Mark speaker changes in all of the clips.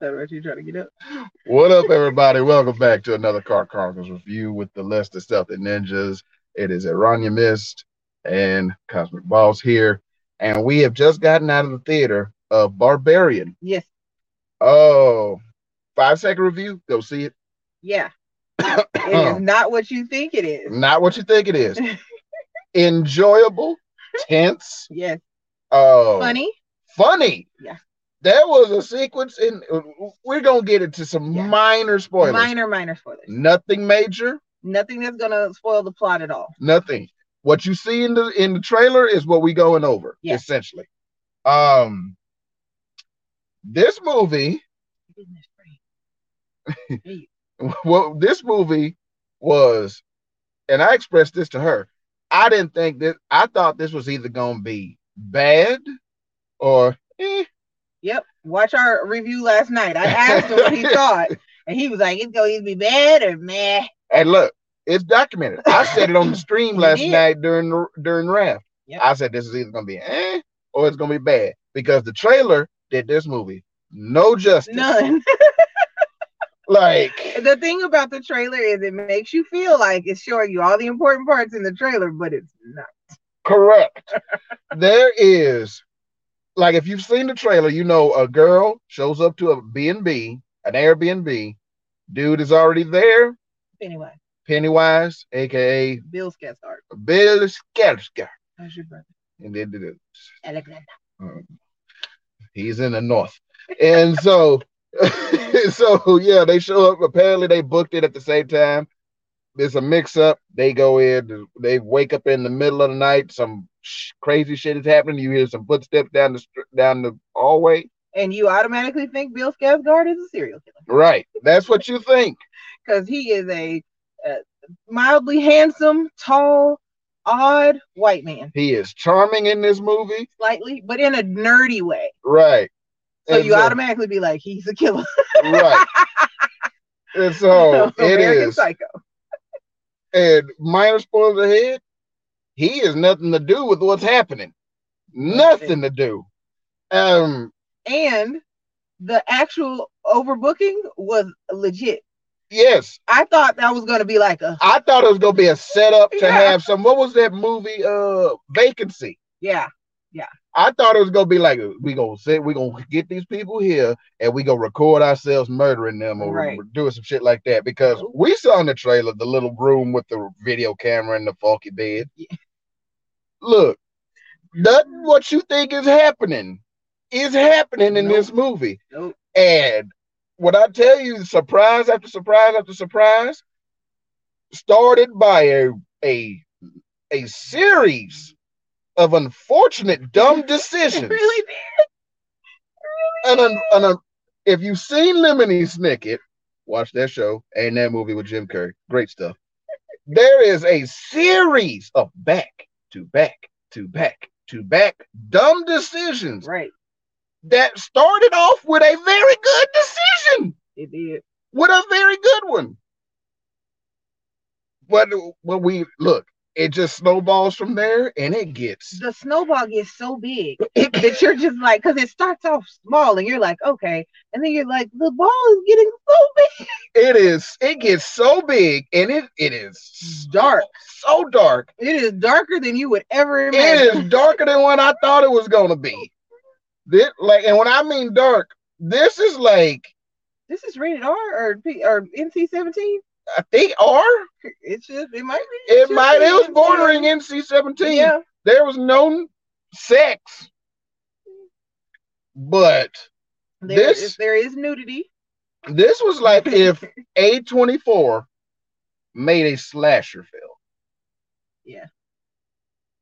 Speaker 1: That right, you trying to get up?
Speaker 2: What up, everybody? Welcome back to another Car Chronicles review with the Lester Stuff and Ninjas. It is Aranya Mist and Cosmic Balls here, and we have just gotten out of the theater of Barbarian.
Speaker 1: Yes.
Speaker 2: Oh, five second review. Go see it.
Speaker 1: Yeah. it is not what you think it is.
Speaker 2: Not what you think it is. Enjoyable, tense,
Speaker 1: Yes.
Speaker 2: oh,
Speaker 1: Funny.
Speaker 2: funny.
Speaker 1: Yeah.
Speaker 2: There was a sequence, in. we're gonna get into some
Speaker 1: Yeah.
Speaker 2: minor spoilers.
Speaker 1: Minor, minor spoilers.
Speaker 2: Nothing major.
Speaker 1: Nothing that's gonna spoil the plot at all.
Speaker 2: nothing. What you see in the in the trailer is what we going over,
Speaker 1: Yeah.
Speaker 2: essentially. Um this movie,
Speaker 1: Goodness gracious.
Speaker 2: well, this movie was, and I expressed this to her. I didn't think that I thought this was either gonna be bad or eh.
Speaker 1: Yep. Watch our review last night. I asked him what he thought, and he was like, "It's gonna either be bad or meh."
Speaker 2: and look, it's documented. I said it on the stream
Speaker 1: You
Speaker 2: last
Speaker 1: did.
Speaker 2: night during the- during raft.
Speaker 1: Yep.
Speaker 2: I said this is either gonna be eh or it's gonna be bad because the trailer did this movie no justice.
Speaker 1: None.
Speaker 2: Like
Speaker 1: the thing about the trailer is it makes you feel like it's showing you all the important parts in the trailer, but it's not.
Speaker 2: correct. there is like if you've seen the trailer, you know a girl shows up to a B&B, an Airbnb. Dude is already there,
Speaker 1: Anyway,
Speaker 2: Pennywise, aka
Speaker 1: Bill's guest art.
Speaker 2: Bill Skelska.
Speaker 1: How's your brother?
Speaker 2: And then the-
Speaker 1: Alexander.
Speaker 2: Mm. he's in the north. And so so yeah, they show up. Apparently they booked it at the same time. It's a mix-up. They go in, they wake up in the middle of the night. Some sh- crazy shit is happening. You hear some footsteps down the str- down the hallway.
Speaker 1: And you automatically think Bill Skarsgård is a serial killer.
Speaker 2: Right. That's what you think.
Speaker 1: because he is a uh, mildly handsome, tall, odd white man,
Speaker 2: He is charming in this movie.
Speaker 1: slightly, but in a nerdy way.
Speaker 2: Right.
Speaker 1: So
Speaker 2: And
Speaker 1: you automatically be like, he's a killer.
Speaker 2: right. And so Oh, it
Speaker 1: American
Speaker 2: is.
Speaker 1: Psycho.
Speaker 2: and minor spoilers ahead, he has nothing to do with what's happening. Nothing to do. Um,
Speaker 1: And the actual overbooking was legit.
Speaker 2: yes,
Speaker 1: I thought that was going to be like a
Speaker 2: I thought it was gonna be a setup to
Speaker 1: Yeah.
Speaker 2: have some. What was that movie? Uh, Vacancy.
Speaker 1: yeah,
Speaker 2: I thought it was gonna be like we gonna sit, we gonna get these people here, and we gonna record ourselves murdering them or
Speaker 1: Right.
Speaker 2: doing some shit like that. Because we saw in the trailer the little room with the video camera and the funky bed. Look, nothing what you think is happening is happening in
Speaker 1: Nope.
Speaker 2: this movie.
Speaker 1: Nope.
Speaker 2: And when I tell you surprise after surprise after surprise, started by a a a series of unfortunate dumb decisions.
Speaker 1: really did.
Speaker 2: And un, and un- if you've seen Lemony Snicket, watch that show and that movie with Jim Curry. Great stuff. There is a series of back to back to back to back dumb decisions
Speaker 1: Right.
Speaker 2: that started off with a very good decision,
Speaker 1: It did.
Speaker 2: with a very good one. But when we look, it just snowballs from there and it gets
Speaker 1: The snowball gets so big that you're just like, because it starts off small and you're like, okay. And then you're like, the ball is getting so big.
Speaker 2: it is it gets so big and it it is dark, so dark.
Speaker 1: It is darker than you would ever
Speaker 2: It
Speaker 1: imagine.
Speaker 2: is darker than what I thought it was gonna be. This like and when I mean dark, this is like
Speaker 1: This is rated R or P, or NC seventeen.
Speaker 2: I think R.
Speaker 1: It should. It might be.
Speaker 2: It
Speaker 1: should
Speaker 2: might
Speaker 1: be
Speaker 2: it was
Speaker 1: NC-17.
Speaker 2: bordering NC seventeen.
Speaker 1: Yeah.
Speaker 2: There was no sex. But
Speaker 1: There
Speaker 2: This-
Speaker 1: is- there is nudity.
Speaker 2: this was like if A24 made a slasher film.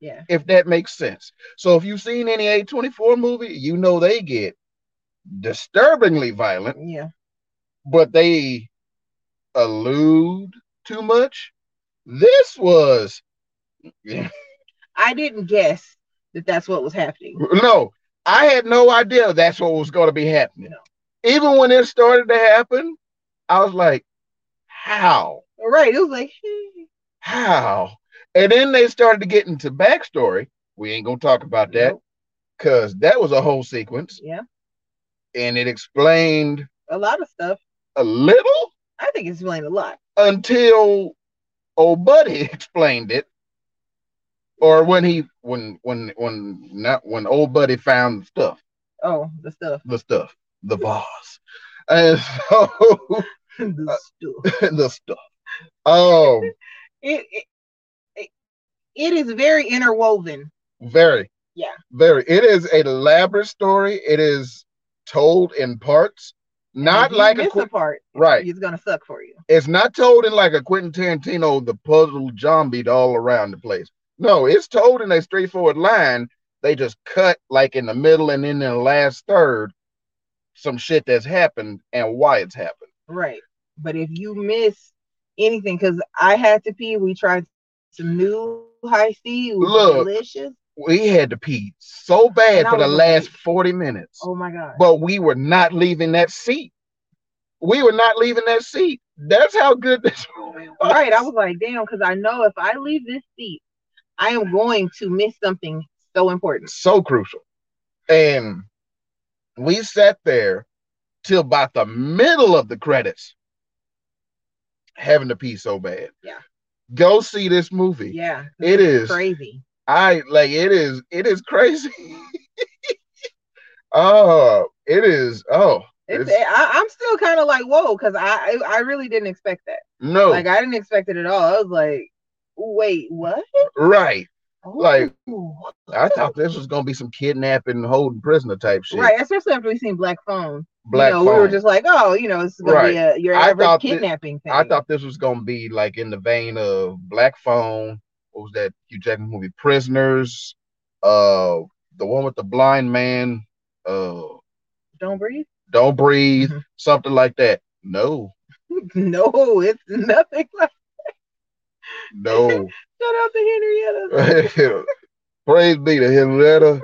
Speaker 1: Yeah.
Speaker 2: if that makes sense. So if you've seen any A24 movie, you know they get disturbingly violent,
Speaker 1: Yeah.
Speaker 2: but they allude too much. This was
Speaker 1: I didn't guess that that's what was happening.
Speaker 2: no, I had no idea that's what was going to be happening. Even when it started to happen, I was like, how?
Speaker 1: Right. It was like. hmm.
Speaker 2: How? And then they started to get into backstory. We ain't going to talk about that
Speaker 1: Nope.
Speaker 2: because that was a whole sequence.
Speaker 1: Yeah.
Speaker 2: and it explained
Speaker 1: a lot of stuff.
Speaker 2: A little
Speaker 1: I think he explained a lot.
Speaker 2: until old buddy explained it. Or when he when when when not when old buddy found the stuff,
Speaker 1: Oh, the stuff.
Speaker 2: the stuff, the vase. And so
Speaker 1: the
Speaker 2: Uh,
Speaker 1: stuff.
Speaker 2: the stuff. Oh,
Speaker 1: It, it, it, it is very interwoven.
Speaker 2: very.
Speaker 1: Yeah.
Speaker 2: Very. It is an elaborate story. It is told in parts. Not
Speaker 1: If you
Speaker 2: like a
Speaker 1: miss a
Speaker 2: Qu-
Speaker 1: part.
Speaker 2: right.
Speaker 1: It's gonna suck for you.
Speaker 2: It's not told in like a Quentin Tarantino, the puzzle zombie all around the place. No, it's told in a straightforward line. They just cut like in the middle and in the last third some shit that's happened and why it's happened.
Speaker 1: Right. But if you miss anything, because I had to pee, we tried some new high C. It was
Speaker 2: Look.
Speaker 1: delicious.
Speaker 2: We had to pee so bad
Speaker 1: And I
Speaker 2: for the
Speaker 1: was
Speaker 2: last
Speaker 1: like-
Speaker 2: 40 minutes.
Speaker 1: Oh my god.
Speaker 2: but we were not leaving that seat. We were not leaving that seat. That's how good this movie was.
Speaker 1: Right. I was like, damn, because I know if I leave this seat, I am going to miss something so important.
Speaker 2: so crucial. And we sat there till about the middle of the credits, having to pee so bad.
Speaker 1: Yeah.
Speaker 2: Go see this movie.
Speaker 1: Yeah.
Speaker 2: It is.
Speaker 1: Crazy.
Speaker 2: I like it is it is crazy. oh, it is. Oh,
Speaker 1: It's,
Speaker 2: it's-
Speaker 1: I, I'm still kind of like, whoa, because I, I I really didn't expect that.
Speaker 2: no,
Speaker 1: Like I didn't expect it at all. I was like, wait, what? Oh.
Speaker 2: right. Like,
Speaker 1: Ooh.
Speaker 2: I thought this was gonna be some kidnapping, holding prisoner type shit.
Speaker 1: right, especially after we seen Black Phone.
Speaker 2: Black
Speaker 1: you know, we were
Speaker 2: Phone.
Speaker 1: just like, oh, you know, it's gonna be a your
Speaker 2: I
Speaker 1: average
Speaker 2: thought that-
Speaker 1: kidnapping thing.
Speaker 2: I thought this was gonna be like in the vein of Black Phone. What was that Hugh Jackman movie? Prisoners. Uh, the one with the blind man. Uh,
Speaker 1: don't breathe.
Speaker 2: don't breathe.
Speaker 1: Mhm.
Speaker 2: Something like that. No,
Speaker 1: no, it's nothing like
Speaker 2: no.
Speaker 1: shout out to Henrietta.
Speaker 2: Praise be to Henrietta.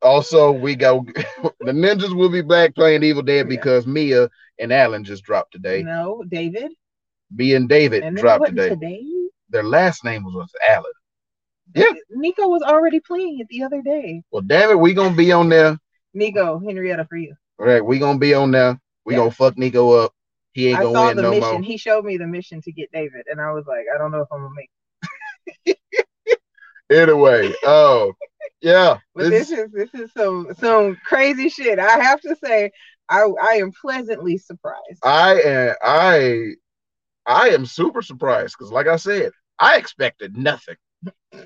Speaker 2: Also, we got the ninjas will be back playing Evil Dead
Speaker 1: Yeah.
Speaker 2: because Mia and Alan just dropped today.
Speaker 1: no, David.
Speaker 2: Me and David
Speaker 1: Mm-hmm. And then
Speaker 2: dropped
Speaker 1: what,
Speaker 2: today. Their last name was Alan. Yeah.
Speaker 1: Nico was already playing it the other day.
Speaker 2: Well, damn it, we gonna be on there.
Speaker 1: Nico, Henrietta for you.
Speaker 2: All right, we gonna be on there. We
Speaker 1: Yeah.
Speaker 2: gonna fuck Nico up. He ain't
Speaker 1: I
Speaker 2: gonna
Speaker 1: saw
Speaker 2: win
Speaker 1: the
Speaker 2: no
Speaker 1: mission.
Speaker 2: more.
Speaker 1: He showed me the mission to get David, and I was like, I don't know if I'm gonna make. It.
Speaker 2: Anyway, oh yeah,
Speaker 1: But
Speaker 2: this-
Speaker 1: this, is this is some some crazy shit. I have to say, I I am pleasantly surprised.
Speaker 2: I am I I am super surprised because, like I said, I expected nothing.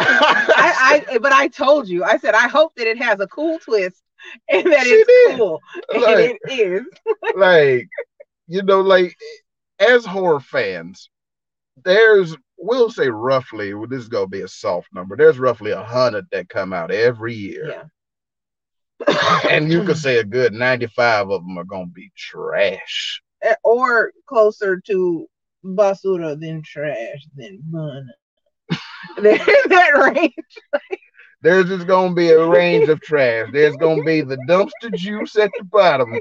Speaker 1: I, I but I told you. I said I hope that it has a cool twist and that
Speaker 2: She
Speaker 1: it's
Speaker 2: did.
Speaker 1: cool. and
Speaker 2: like,
Speaker 1: it is.
Speaker 2: like you know, like as horror fans, there's we'll say roughly well, this is gonna be a soft number. There's roughly a hundred that come out every year.
Speaker 1: Yeah.
Speaker 2: and you could say a good 95 of them are gonna be trash.
Speaker 1: Eh, Or closer to basura than trash than bun. There's that range.
Speaker 2: There's just gonna be a range of trash. There's gonna be the dumpster juice at the bottom,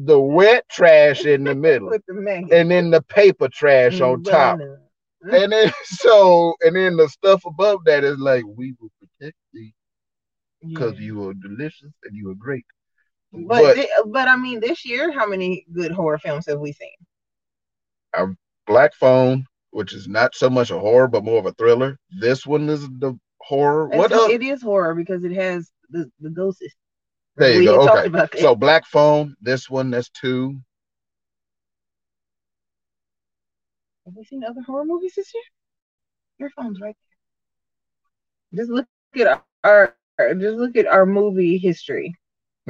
Speaker 2: the wet trash in the middle,
Speaker 1: with the man.
Speaker 2: and then the paper trash on
Speaker 1: Mm,
Speaker 2: top. And then so and then the stuff above that is like we will protect thee because you are delicious and you are great.
Speaker 1: But
Speaker 2: But,
Speaker 1: thi- but I mean, this year, how many good horror films have we seen?
Speaker 2: Black Phone, which is not so much a horror but more of a thriller. This one is the horror.
Speaker 1: And
Speaker 2: What
Speaker 1: so
Speaker 2: up?
Speaker 1: It is horror because it has the the ghosts.
Speaker 2: There you
Speaker 1: we
Speaker 2: go.
Speaker 1: had
Speaker 2: Okay.
Speaker 1: talked about that.
Speaker 2: So black phone, this one, that's two.
Speaker 1: Have we seen other horror movies this year? Your phone's right there. Just look at our, our- just look at our movie history.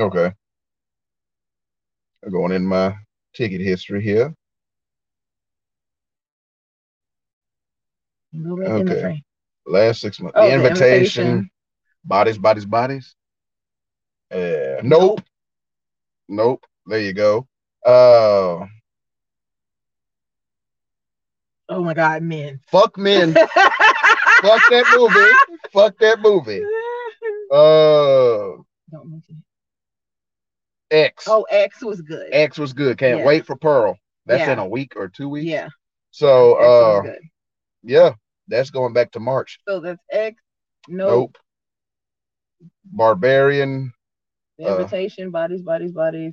Speaker 2: Okay. Going in my ticket history here.
Speaker 1: Go back in the
Speaker 2: Okay.
Speaker 1: frame.
Speaker 2: Last six months.
Speaker 1: Oh,
Speaker 2: the,
Speaker 1: The
Speaker 2: invitation.
Speaker 1: Invitation.
Speaker 2: Bodies, bodies, bodies. Uh, nope. Nope. There you go. Uh,
Speaker 1: Oh my God, men.
Speaker 2: fuck men. fuck that movie. Fuck that movie. Uh,
Speaker 1: Don't mention it.
Speaker 2: X.
Speaker 1: Oh, X was good.
Speaker 2: X was good. Can't
Speaker 1: Yeah.
Speaker 2: wait for Pearl. That's
Speaker 1: Yeah.
Speaker 2: in a week or two weeks.
Speaker 1: Yeah.
Speaker 2: So,
Speaker 1: X was
Speaker 2: uh,
Speaker 1: good.
Speaker 2: yeah, that's going back to March.
Speaker 1: So that's X. No
Speaker 2: Nope. Barbarian.
Speaker 1: The
Speaker 2: uh,
Speaker 1: invitation. bodies, bodies, bodies.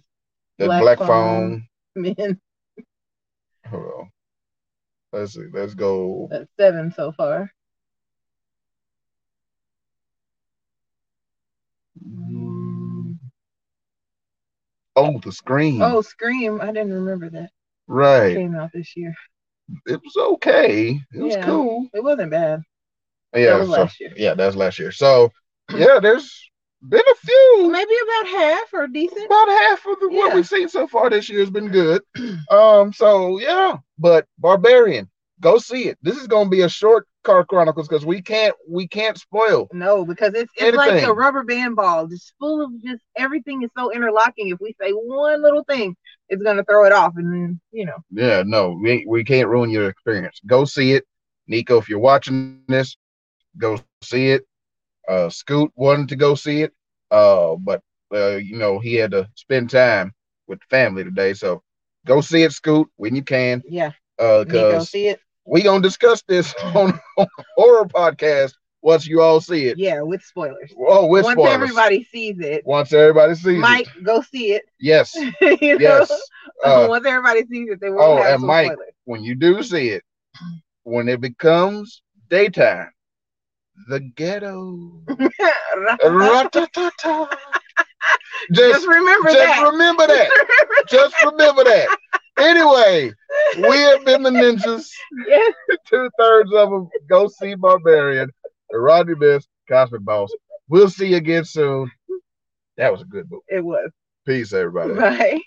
Speaker 2: The
Speaker 1: Black
Speaker 2: black, phone.
Speaker 1: Phone. Men,
Speaker 2: Hold on. Let's see. Let's go.
Speaker 1: that's seven so far.
Speaker 2: Oh, the screen.
Speaker 1: Oh, Scream! I didn't remember that
Speaker 2: right.
Speaker 1: came out this year.
Speaker 2: It was okay. It was
Speaker 1: Yeah.
Speaker 2: cool.
Speaker 1: It wasn't bad.
Speaker 2: Yeah.
Speaker 1: that was
Speaker 2: so-
Speaker 1: last year.
Speaker 2: yeah, that's last year. So yeah, there's been a few.
Speaker 1: Maybe about half or decent.
Speaker 2: about half of the, what
Speaker 1: Yeah.
Speaker 2: we've seen so far this year has been good. Um, so yeah, but Barbarian, go see it. This is gonna be a short Car Chronicles because we can't we can't spoil.
Speaker 1: No, because it's it's like a
Speaker 2: Anything.
Speaker 1: rubber band ball, just full of just everything is so interlocking. If we say one little thing, it's gonna throw it off, and you know,
Speaker 2: Yeah, no, we we can't ruin your experience. Go see it, Nico. If you're watching this, go see it. Uh, Scoot wanted to go see it, uh, but uh, you know he had to spend time with the family today, so go see it, Scoot, when you can.
Speaker 1: yeah,
Speaker 2: Uh,
Speaker 1: you go
Speaker 2: 'cause
Speaker 1: see it.
Speaker 2: we gonna discuss this on, on horror podcast once you all see it.
Speaker 1: Yeah, with spoilers.
Speaker 2: Oh, with
Speaker 1: Once
Speaker 2: spoilers.
Speaker 1: everybody sees it,
Speaker 2: once everybody sees
Speaker 1: Mike,
Speaker 2: it.
Speaker 1: go see it.
Speaker 2: Yes,
Speaker 1: you
Speaker 2: yes.
Speaker 1: know,
Speaker 2: Uh,
Speaker 1: once everybody sees it, they will
Speaker 2: oh,
Speaker 1: have
Speaker 2: and
Speaker 1: some
Speaker 2: Mike-
Speaker 1: spoilers.
Speaker 2: when you do see it, when it becomes daytime, the ghetto. Ra-ta-ta-ta.
Speaker 1: just
Speaker 2: just
Speaker 1: remember
Speaker 2: just
Speaker 1: that.
Speaker 2: remember that. just remember that. Anyway, we have been the ninjas.
Speaker 1: yes,
Speaker 2: Two thirds of them go see Barbarian. The Rodney Best, Cosmic Boss. We'll see you again soon. That was a good book.
Speaker 1: it was.
Speaker 2: Peace, everybody.
Speaker 1: Bye.